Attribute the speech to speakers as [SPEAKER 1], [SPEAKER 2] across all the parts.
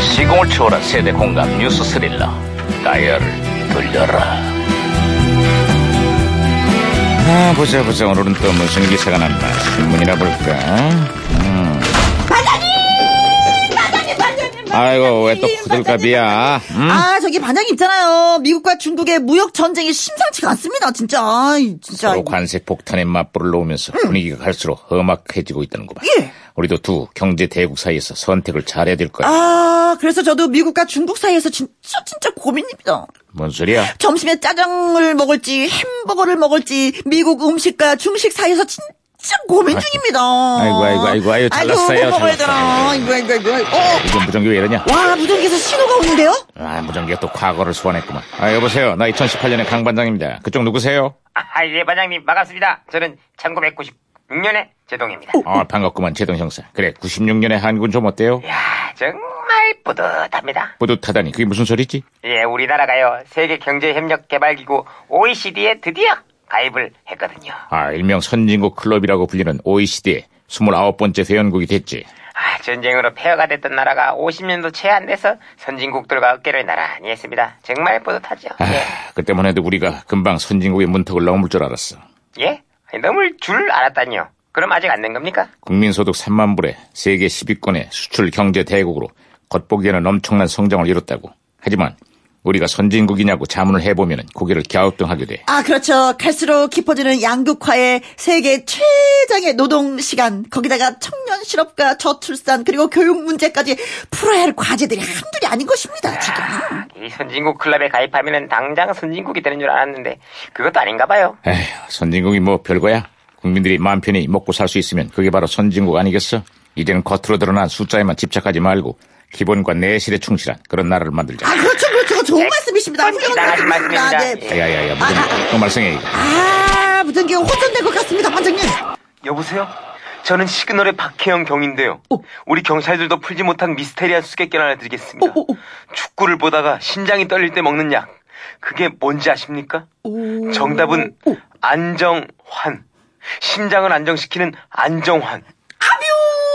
[SPEAKER 1] 시공을 초월한 세대 공감 뉴스 스릴러 다이얼을 돌려라 아 보자 보자 오늘은 또 무슨 기사가 났나 신문이나 볼까 음. 아이고 왜 또 호들갑이야 음?
[SPEAKER 2] 아, 저기 반장님 있잖아요. 미국과 중국의 무역 전쟁이 심상치가 않습니다, 진짜. 아이, 진짜.
[SPEAKER 1] 서로 관세 폭탄의 맞불을 놓으면서 분위기가 갈수록 험악해지고 있다는구만
[SPEAKER 2] 예.
[SPEAKER 1] 우리도 두 경제 대국 사이에서 선택을 잘해야 될 거야
[SPEAKER 2] 아, 그래서 저도 미국과 중국 사이에서 진짜, 진짜 고민입니다.
[SPEAKER 1] 뭔 소리야
[SPEAKER 2] 점심에 짜장을 먹을지, 햄버거를 먹을지, 미국 음식과 중식 사이에서 진짜 고민 중입니다.
[SPEAKER 1] 아이고, 아이고, 아이고, 아이고, 잘났어요,
[SPEAKER 2] 아이고, 뭐 먹어야 되나.
[SPEAKER 1] 잘났어요.
[SPEAKER 2] 아이고, 아이고, 아이고, 아이고. 어,
[SPEAKER 1] 요즘 무전기 왜 이러냐
[SPEAKER 2] 와, 무전기에서 신호가 오는데요?
[SPEAKER 1] 아, 무전기가 또 과거를 소환했구만. 아, 여보세요. 나 2018년의 강반장입니다. 그쪽 누구세요?
[SPEAKER 3] 아, 예, 반장님, 반갑습니다. 저는 1996년에 제동입니다.
[SPEAKER 1] 아, 반갑구만, 제동 형사. 그래, 96년의 한군 좀 어때요?
[SPEAKER 3] 야 정말 뿌듯합니다.
[SPEAKER 1] 뿌듯하다니, 그게 무슨 소리지?
[SPEAKER 3] 예, 우리나라가요, 세계경제협력개발기구 OECD에 드디어 가입을 했거든요.
[SPEAKER 1] 아, 일명 선진국 클럽이라고 불리는 OECD의 29번째 회원국이 됐지.
[SPEAKER 3] 아, 전쟁으로 폐허가 됐던 나라가 50년도 채 안 돼서 선진국들과 어깨를 나란히 했습니다. 정말 뿌듯하죠.
[SPEAKER 1] 아, 그때만 해도 우리가 금방 선진국의 문턱을 넘을 줄 알았어.
[SPEAKER 3] 예? 예? 아니, 넘을 줄 알았다니요. 그럼 아직 안 된 겁니까?
[SPEAKER 1] 국민소득 3만 불에 세계 10위권의 수출 경제 대국으로 겉보기에는 엄청난 성장을 이뤘다고. 하지만, 우리가 선진국이냐고 자문을 해보면 고개를 갸우뚱하게 돼.
[SPEAKER 2] 아, 그렇죠. 갈수록 깊어지는 양극화의 세계 최장의 노동 시간, 거기다가 청년 실업과 저출산, 그리고 교육 문제까지 풀어야 할 과제들이 한둘이 아닌 것입니다, 지금.
[SPEAKER 3] 이 선진국 클럽에 가입하면 당장 선진국이 되는 줄 알았는데, 그것도 아닌가 봐요.
[SPEAKER 1] 에휴, 선진국이 뭐 별거야. 국민들이 마음 편히 먹고 살 수 있으면 그게 바로 선진국 아니겠어? 이제는 겉으로 드러난 숫자에만 집착하지 말고 기본과 내실에 충실한 그런 나라를 만들자.
[SPEAKER 2] 아, 그렇죠, 그렇죠. 좋은 말씀이십니다.
[SPEAKER 3] 뻔히 지나가신
[SPEAKER 2] 훌륭한 네.
[SPEAKER 3] 말씀입니다. 예.
[SPEAKER 1] 야야야야, 무슨 또 말썽해 이거.
[SPEAKER 2] 아, 무전기가 호전된 것 같습니다, 반장님.
[SPEAKER 3] 여보세요? 저는 시그널의 박혜영 경인데요.
[SPEAKER 2] 어.
[SPEAKER 3] 우리 경찰들도 풀지 못한 미스테리한 수수께끼를 하나 드리겠습니다.
[SPEAKER 2] 오, 오, 오.
[SPEAKER 3] 축구를 보다가 심장이 떨릴 때 먹는 약. 그게 뭔지 아십니까? 정답은 안정환. 심장을 안정시키는 안정환.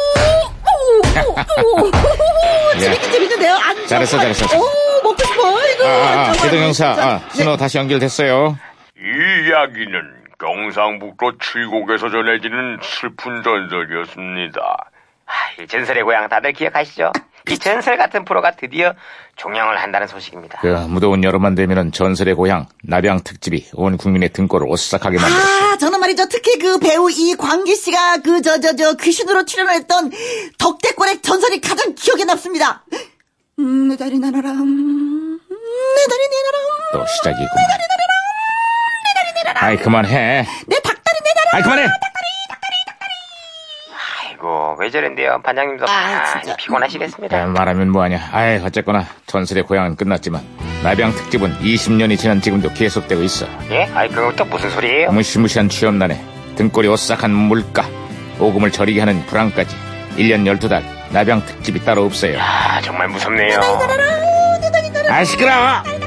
[SPEAKER 2] 오, 오, 오,
[SPEAKER 1] 예.
[SPEAKER 2] 재밌긴 재밌는데요. 안
[SPEAKER 1] 잘했어, 잘했어.
[SPEAKER 2] 오, 먹고 싶어, 이거.
[SPEAKER 1] 아, 아, 아,
[SPEAKER 2] 정말 네.
[SPEAKER 1] 대동 형사,
[SPEAKER 2] 진짜.
[SPEAKER 1] 아, 신호 다시 연결됐어요.
[SPEAKER 4] 이 이야기는 경상북도 칠곡에서 전해지는 슬픈 전설이었습니다.
[SPEAKER 3] 아, 이 전설의 고향 다들 기억하시죠?
[SPEAKER 2] 아,
[SPEAKER 3] 이 전설 같은 프로가 드디어 종영을 한다는 소식입니다.
[SPEAKER 1] 그 무더운 여름만 되면은 전설의 고향 나병 특집이 온 국민의 등골을 오싹하게 만들었어.
[SPEAKER 2] 아, 저는 말이죠. 특히 그 배우 이광기 씨가 그, 저, 저, 저, 귀신으로 출연을 했던 덕대권의 전설이 가장 기억에 남습니다. 음, 내 다리 나라라. 음, 내 다리 내놔라.
[SPEAKER 1] 또 시작이구만. 아이 그만해.
[SPEAKER 2] 내 닭다리 내놔라.
[SPEAKER 1] 아이 그만해.
[SPEAKER 3] 아이고, 왜 저런데요? 반장님도
[SPEAKER 2] 아,
[SPEAKER 3] 많이
[SPEAKER 2] 진짜. 음.
[SPEAKER 3] 피곤하시겠습니다.
[SPEAKER 1] 야, 아, 말하면 뭐하냐. 아이, 어쨌거나 전설의 고향은 끝났지만 나병 특집은 20년이 지난 지금도 계속되고 있어.
[SPEAKER 3] 예? 아이, 그거 또 무슨 소리예요?
[SPEAKER 1] 무시무시한 취업난에 등골이 오싹한 물가, 오금을 저리게 하는 불황까지 1년 12달 나병 특집이 따로 없어요.
[SPEAKER 2] 네,
[SPEAKER 3] 아, 정말 무섭네요.
[SPEAKER 1] 아, 시끄러워!